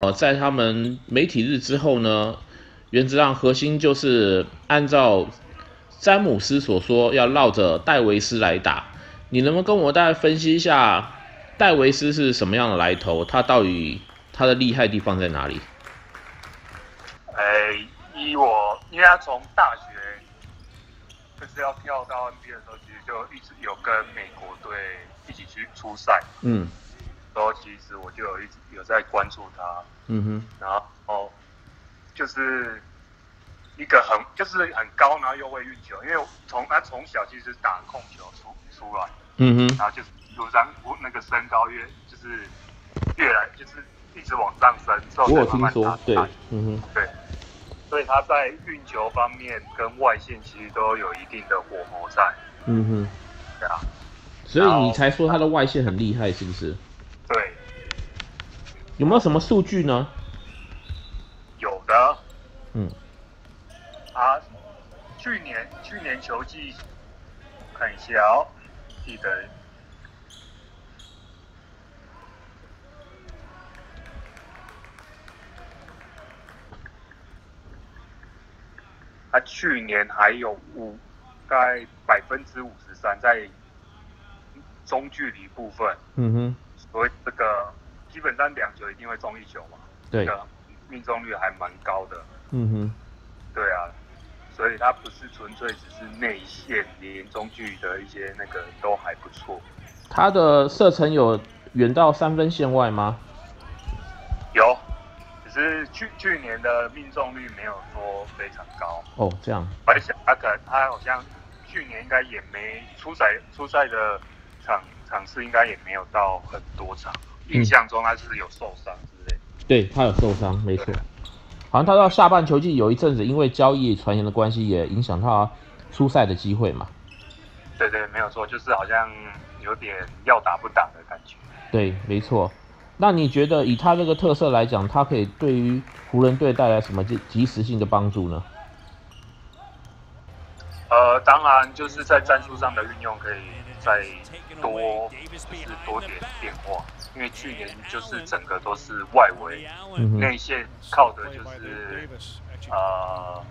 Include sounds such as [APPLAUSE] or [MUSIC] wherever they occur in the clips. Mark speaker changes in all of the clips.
Speaker 1: 呃，在他们媒体日之后呢，原则上核心就是按照詹姆斯所说，要绕着戴维斯来打。你能不能跟我大概分析一下戴维斯是什么样的来头？他到底他的厉害地方在哪里？
Speaker 2: 哎，依我，因为他从大学就是要跳到 NBA 的时候，其实就一直有跟美国队一起去出赛，
Speaker 1: 嗯
Speaker 2: 然后其实我就有一直有在关注他，
Speaker 1: 嗯哼，
Speaker 2: 然后就是一个很就是很高，然后又会运球，因为从他从小其实是打控球出出来的，
Speaker 1: 嗯哼，
Speaker 2: 然后就是一路上我那个身高越就是越来就是一直往上升，之后
Speaker 1: 我有
Speaker 2: 才慢
Speaker 1: 听
Speaker 2: 慢
Speaker 1: 说
Speaker 2: 打，
Speaker 1: 对
Speaker 2: 打，
Speaker 1: 嗯哼，
Speaker 2: 对，所以他在运球方面跟外线其实都有一定的火候在，
Speaker 1: 嗯哼，
Speaker 2: 对啊，
Speaker 1: 所以你才说他的外线很厉害，是不是？
Speaker 2: 对，
Speaker 1: 有没有什么数据呢？
Speaker 2: 有的
Speaker 1: 嗯
Speaker 2: 啊，去年去年球季看一下哦，记得他啊去年还有五，大概百分之五十三在中距离部分，
Speaker 1: 嗯哼，
Speaker 2: 所以这个基本上两球一定会中一球嘛，这
Speaker 1: 对，啊
Speaker 2: 个命中率还蛮高的。
Speaker 1: 嗯哼，
Speaker 2: 对啊，所以它不是纯粹只是内线，连中距的一些那个都还不错。
Speaker 1: 他的射程有远到三分线外吗？
Speaker 2: 有，只是去去年的命中率没有说非常高，
Speaker 1: 哦，这样，
Speaker 2: 而且他啊可他好像去年应该也没出赛出赛的场场次应该也没有到很多场，印象中他是有受伤之类的。
Speaker 1: 对他有受伤，没错
Speaker 2: 对。
Speaker 1: 好像他到下半球季有一阵子，因为交易传言的关系，也影响他出赛的机会嘛。
Speaker 2: 对对，没有错，就是好像有点要打不打的感觉。
Speaker 1: 对，没错。那你觉得以他这个特色来讲，他可以对于湖人队带来什么及及时性的帮助呢？
Speaker 2: 呃，当然就是在战术上的运用可以再多，就是多点变化，因为去年就是整个都是外围
Speaker 1: 嗯哼
Speaker 2: 内线靠的就是呃，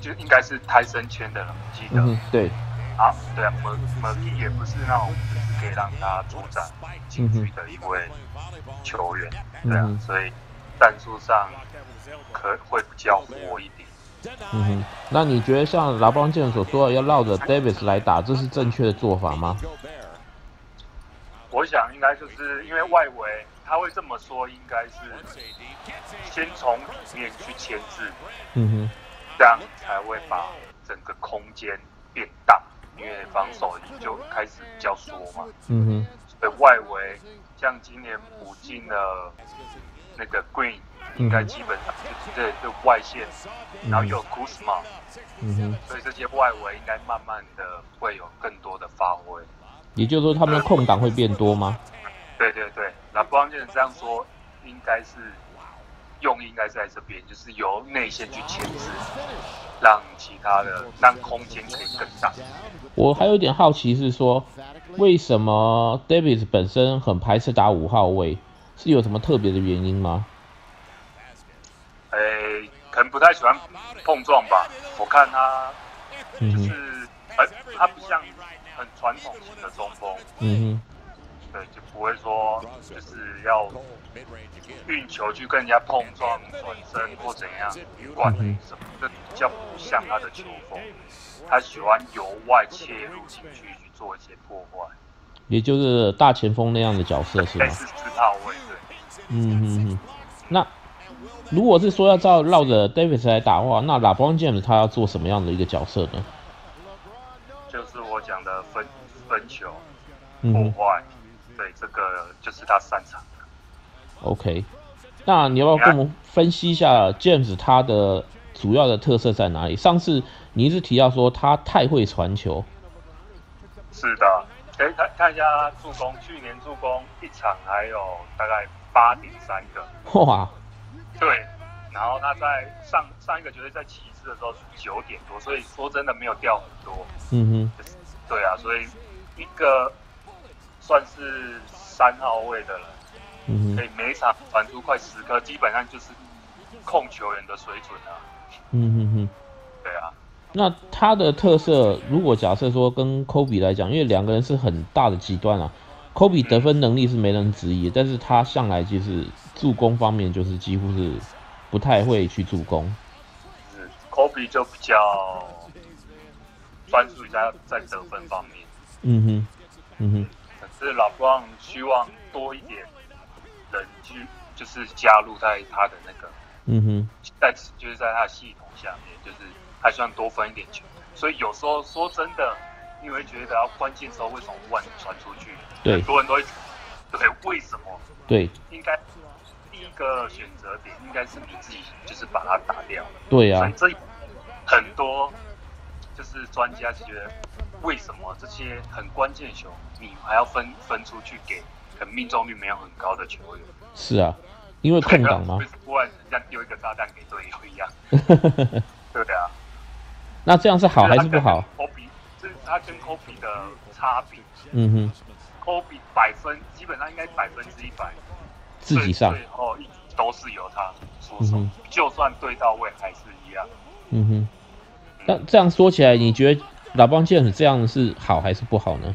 Speaker 2: 就应该是泰森圈的了，我记得、
Speaker 1: 嗯哼，对，
Speaker 2: 啊，对啊，我们也不是那种就是
Speaker 1: 嗯
Speaker 2: 可以让他主宰禁区的一位球员，对啊，
Speaker 1: 嗯哼
Speaker 2: 所以战术上可会比较活一点。
Speaker 1: 嗯哼。那你觉得像拉邦健所说的要绕着 Davis 来打，这是正确的做法吗？
Speaker 2: 我想应该就是因为外围他会这么说，应该是先从里面去牵制，
Speaker 1: 嗯
Speaker 2: 这样才会把整个空间变大，因为防守就开始比较缩嘛。
Speaker 1: 哼，嗯
Speaker 2: 所以外围像今年补进了那个 Green，应该基本上就是这这外线，然后又有 Kuzma，
Speaker 1: 嗯哼，嗯哼。
Speaker 2: 所以这些外围应该慢慢的会有更多的发挥。
Speaker 1: 也就是说，他们的空档会变多吗？
Speaker 2: 对对对，那布朗就是这样说，应该是用意应该是在这边，就是由内线去牵制，让其他的让空间可以更大。
Speaker 1: 我还有一点好奇是说，为什么 Davis 本身很排斥打五号位，是有什么特别的原因吗？
Speaker 2: 诶，可能不太喜欢碰撞吧。我看他
Speaker 1: 嗯
Speaker 2: 就
Speaker 1: 哼，
Speaker 2: 是很，他不像很传统型的中锋，
Speaker 1: 嗯
Speaker 2: 对，就不会说就是要运球去跟人家碰撞、转身或怎样，管理什么，这比较不像他的球风。他喜欢由外切入进去去做一些破坏，
Speaker 1: 哼，也就是大前锋那样的角色是啊吗
Speaker 2: 类？似四号位对。
Speaker 1: 嗯哼哼。那如果是说要照绕着 Davis 来打的话，那 LeBron James 他要做什么样的一个角色呢？
Speaker 2: 就是我讲的分分球
Speaker 1: 嗯
Speaker 2: 破
Speaker 1: 哼
Speaker 2: 坏，对，这个就是他擅长的。
Speaker 1: ，OK。那你要不要跟我们分析一下 James 他的主要的特色在哪里？上次你一直提到说他太会传球，
Speaker 2: 是的，可以看看一下他助攻，去年助攻一场还有大概八点三个，
Speaker 1: 哇，
Speaker 2: 对，然后他在上上一个球队在骑士的时候是九点多，所以说真的没有掉很多，
Speaker 1: 嗯
Speaker 2: 对啊，所以一个算是三号位的人，
Speaker 1: 哼，嗯
Speaker 2: 所
Speaker 1: 哼
Speaker 2: 以每一场传出快十颗，基本上就是控球员的水准啊。
Speaker 1: 嗯哼哼。
Speaker 2: 对啊，
Speaker 1: 那他的特色，如果假设说跟科比来讲，因为两个人是很大的极端啊。科比得分能力是没人质疑的，但是他向来就是助攻方面就是几乎是不太会去助攻。
Speaker 2: 就是科比就比较专注一下在得分方面，
Speaker 1: 嗯哼，嗯哼，
Speaker 2: 可是老布朗希望多一点人去，就是加入在他的那个
Speaker 1: 嗯哼，
Speaker 2: 在就是在他的系统下面，就是他希望多分一点球。所以有时候说真的，你会觉得啊，关键时候为什么突然传出去？
Speaker 1: 对
Speaker 2: 很多人都会对为什么？
Speaker 1: 对
Speaker 2: 应该第一个选择点应该是你自己就是把它打掉。
Speaker 1: 对啊
Speaker 2: 所
Speaker 1: 呀
Speaker 2: 以、这很多就是专家就觉得，为什么这些很关键的球你还要分分出去给可能命中率没有很高的球员？
Speaker 1: 是啊，因为空档嘛
Speaker 2: 就。是突然人家丢一个炸弹给队友一样。
Speaker 1: [LAUGHS]
Speaker 2: 对啊，
Speaker 1: 那这样是好还是不好？
Speaker 2: 科比，就是他跟科比的差别，
Speaker 1: 嗯哼，
Speaker 2: 科比百分基本上应该百分之一百，
Speaker 1: 自己上
Speaker 2: 最。最后一直都是由他出手，
Speaker 1: 嗯
Speaker 2: 就算对到位还是一样。
Speaker 1: 嗯哼，那这样说起来，你觉得老邦健这样是好还是不好呢？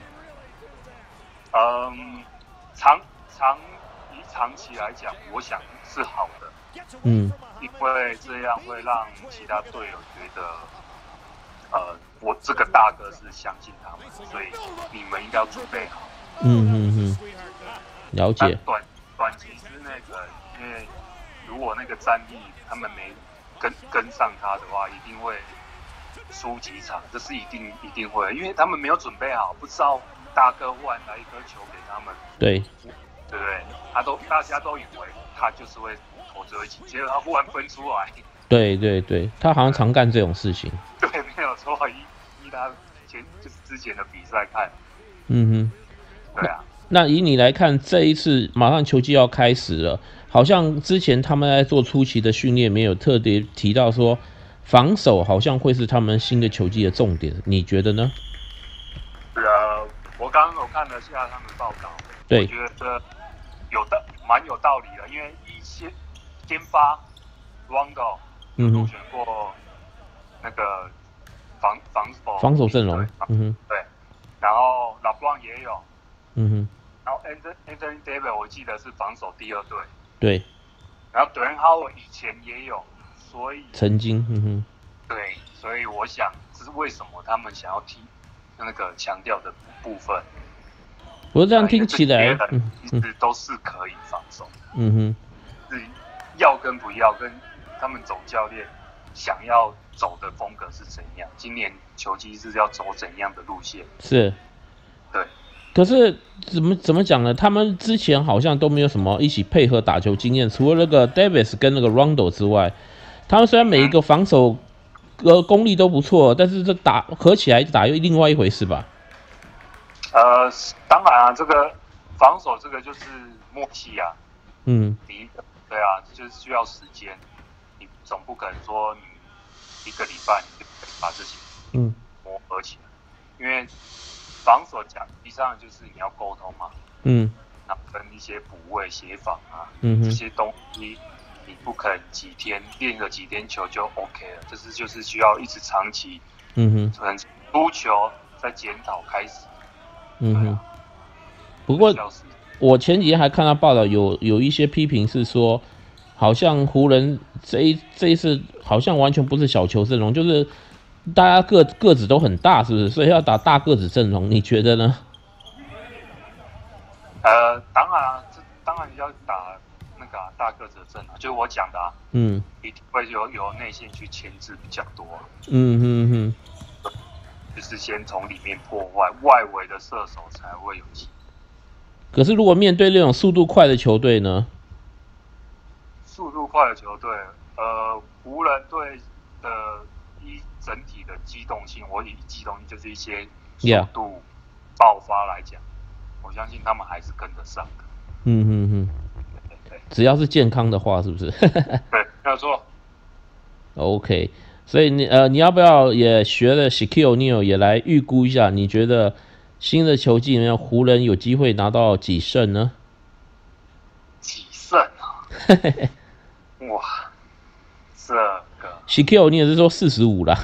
Speaker 2: 嗯，长长以长期来讲，我想是好的，
Speaker 1: 嗯
Speaker 2: 因为这样会让其他队友觉得，呃，我这个大哥是相信他们，所以你们应该要准备好。
Speaker 1: 嗯嗯嗯，了
Speaker 2: 但
Speaker 1: 解。
Speaker 2: 短短期之内的，因为如果那个战力他们没跟跟上他的话，一定会输几场，这是一定一定会的，因为他们没有准备好，不知道大哥忽然来一颗球给他们，
Speaker 1: 对，
Speaker 2: 对不对？他都大家都以为他就是会投最后一击，结果他忽然分出来，
Speaker 1: 对对对，他好像常干这种事情。
Speaker 2: [LAUGHS] 对，没有错。依依他前就是之前的比赛看，
Speaker 1: 嗯
Speaker 2: 对啊，
Speaker 1: 哼，那以你来看，这一次马上球季要开始了，好像之前他们在做初期的训练，没有特别提到说防守好像会是他们新的球季的重点，你觉得呢？
Speaker 2: 对啊。我刚刚我看了下他们报告，我
Speaker 1: 对，
Speaker 2: 觉得有道蛮有道理的，因为一先先发 Rondo
Speaker 1: 嗯
Speaker 2: 入
Speaker 1: 哼，
Speaker 2: 选过那个防防守
Speaker 1: 防守阵容
Speaker 2: 对，
Speaker 1: 嗯哼，
Speaker 2: 对，然后老布朗也有，
Speaker 1: 嗯哼，
Speaker 2: 然后 Anthony Anthony Davis 我记得是防守第二队，
Speaker 1: 对，
Speaker 2: 然后 d w a y n Howard 以前也有，所以
Speaker 1: 曾经，嗯哼，
Speaker 2: 对，所以我想这是为什么他们想要提那个强调的部分。
Speaker 1: 不过这
Speaker 2: 这
Speaker 1: 样听起来，嗯
Speaker 2: 其
Speaker 1: 嗯
Speaker 2: 实都是可以防守。
Speaker 1: 嗯哼，
Speaker 2: 是要跟不要，跟他们总教练想要走的风格是怎样？今年球季是要走怎样的路线？
Speaker 1: 是。
Speaker 2: 对，
Speaker 1: 可是怎么怎么讲呢？他们之前好像都没有什么一起配合打球经验，除了那个 Davis 跟那个 Rondo 之外，他们虽然每一个防守呃功力都不错，但是这打合起来打又另外一回事吧？
Speaker 2: 呃，当然啊，这个防守这个就是默契啊，
Speaker 1: 嗯，
Speaker 2: 你一个对啊，就是需要时间，你总不可能说你一个礼拜你就可以把自己
Speaker 1: 嗯，
Speaker 2: 磨合起来，因为防守讲实际上就是你要沟通嘛，
Speaker 1: 嗯，
Speaker 2: 那跟一些补位协防啊，
Speaker 1: 嗯
Speaker 2: 这
Speaker 1: 哼，
Speaker 2: 些东西你不肯几天练个几天球就 OK 了，这是就是需要一直长期
Speaker 1: 嗯哼，
Speaker 2: 可能输球再检讨开始。
Speaker 1: 嗯哼。不过
Speaker 2: 需要时间
Speaker 1: 我前几天还看到报道有，有一些批评是说，好像湖人这一这一次好像完全不是小球阵容，就是大家个个子都很大，是不是？所以要打大个子阵容，你觉得呢？
Speaker 2: 呃，当然啊，这当然要打那个啊、大个子的阵啊，就是我讲的啊，
Speaker 1: 嗯
Speaker 2: 一定会有有内线去牵制比较多啊、
Speaker 1: 嗯嗯嗯，
Speaker 2: 就是先从里面破坏，外围的射手才会有机
Speaker 1: 可是如果面对那种速度快的球队呢？
Speaker 2: 速度快的球队，呃，湖人队的一整体的机动性，我以机动性就是一些速
Speaker 1: Yeah
Speaker 2: 度爆发来讲我相信他们还是跟得上的。
Speaker 1: [LAUGHS] 嗯嗯嗯，
Speaker 2: 对对
Speaker 1: 只要是健康的话，是不 [LAUGHS] 是
Speaker 2: 对，没有错。
Speaker 1: ？OK，所以你呃，你要不要也学了 Shaquille O'Neal 也来预估一下？你觉得新的球季里面，湖人有机会拿到几胜呢？
Speaker 2: 啊
Speaker 1: [LAUGHS]
Speaker 2: 哇，这个
Speaker 1: Shakil，你也是说四十五啦，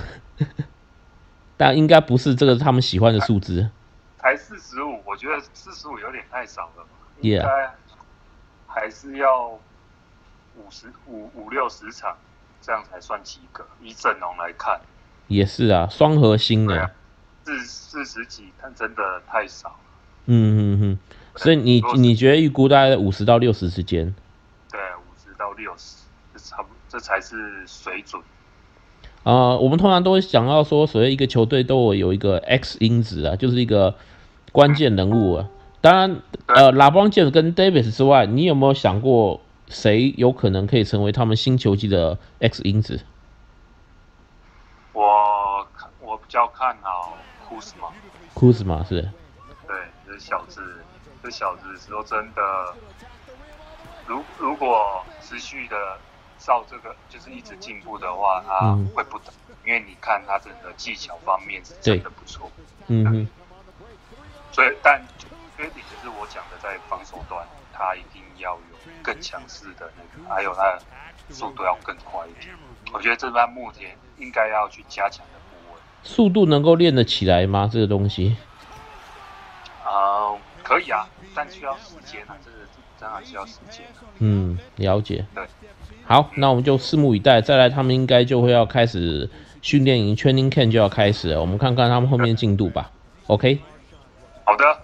Speaker 1: [LAUGHS] 但应该不是这个他们喜欢的数字。
Speaker 2: 才四十五，我觉得四十五有点太少了吧，应
Speaker 1: Yeah
Speaker 2: 该还是要五十五五六十场，这样才算及格。以整容来看，
Speaker 1: 也是啊，双核心
Speaker 2: 对
Speaker 1: 啊
Speaker 2: 啊。四四十几，但真的太少了。
Speaker 1: 嗯嗯嗯，所以你
Speaker 2: 如果是
Speaker 1: 你觉得预估大概在五十到六十之间？
Speaker 2: 对，啊五十到六十，这差不这才是水准。
Speaker 1: 啊、我们通常都会想到说，所谓一个球队都有一个 X 因子啊，就是一个关键人物啊。当然，呃，拉邦杰跟 Davis 之外，你有没有想过谁有可能可以成为他们新球季的 X 因子？
Speaker 2: 我我比较看好库斯马，
Speaker 1: 库兹马是，
Speaker 2: 对，这小子，这小子说真的，如如果持续的照这个就是一直进步的话，他
Speaker 1: 嗯
Speaker 2: 会不同，因为你看他整个技巧方面是真的不错，
Speaker 1: 嗯哼，
Speaker 2: 所以但缺点就是我讲的在防守端，他一定要有更强势的那个，还有他的速度要更快一点。我觉得这番木田应该要去加强的部位。
Speaker 1: 速度能够练得起来吗？这个东西，
Speaker 2: 啊、可以啊，但需要时间啊，这个当然需要时间、啊。
Speaker 1: 嗯，了解
Speaker 2: 对。
Speaker 1: 好，那我们就拭目以待。再来，他们应该就会要开始训练营 （training camp） 就要开始了，我们看看他们后面进度吧。OK，
Speaker 2: 好的，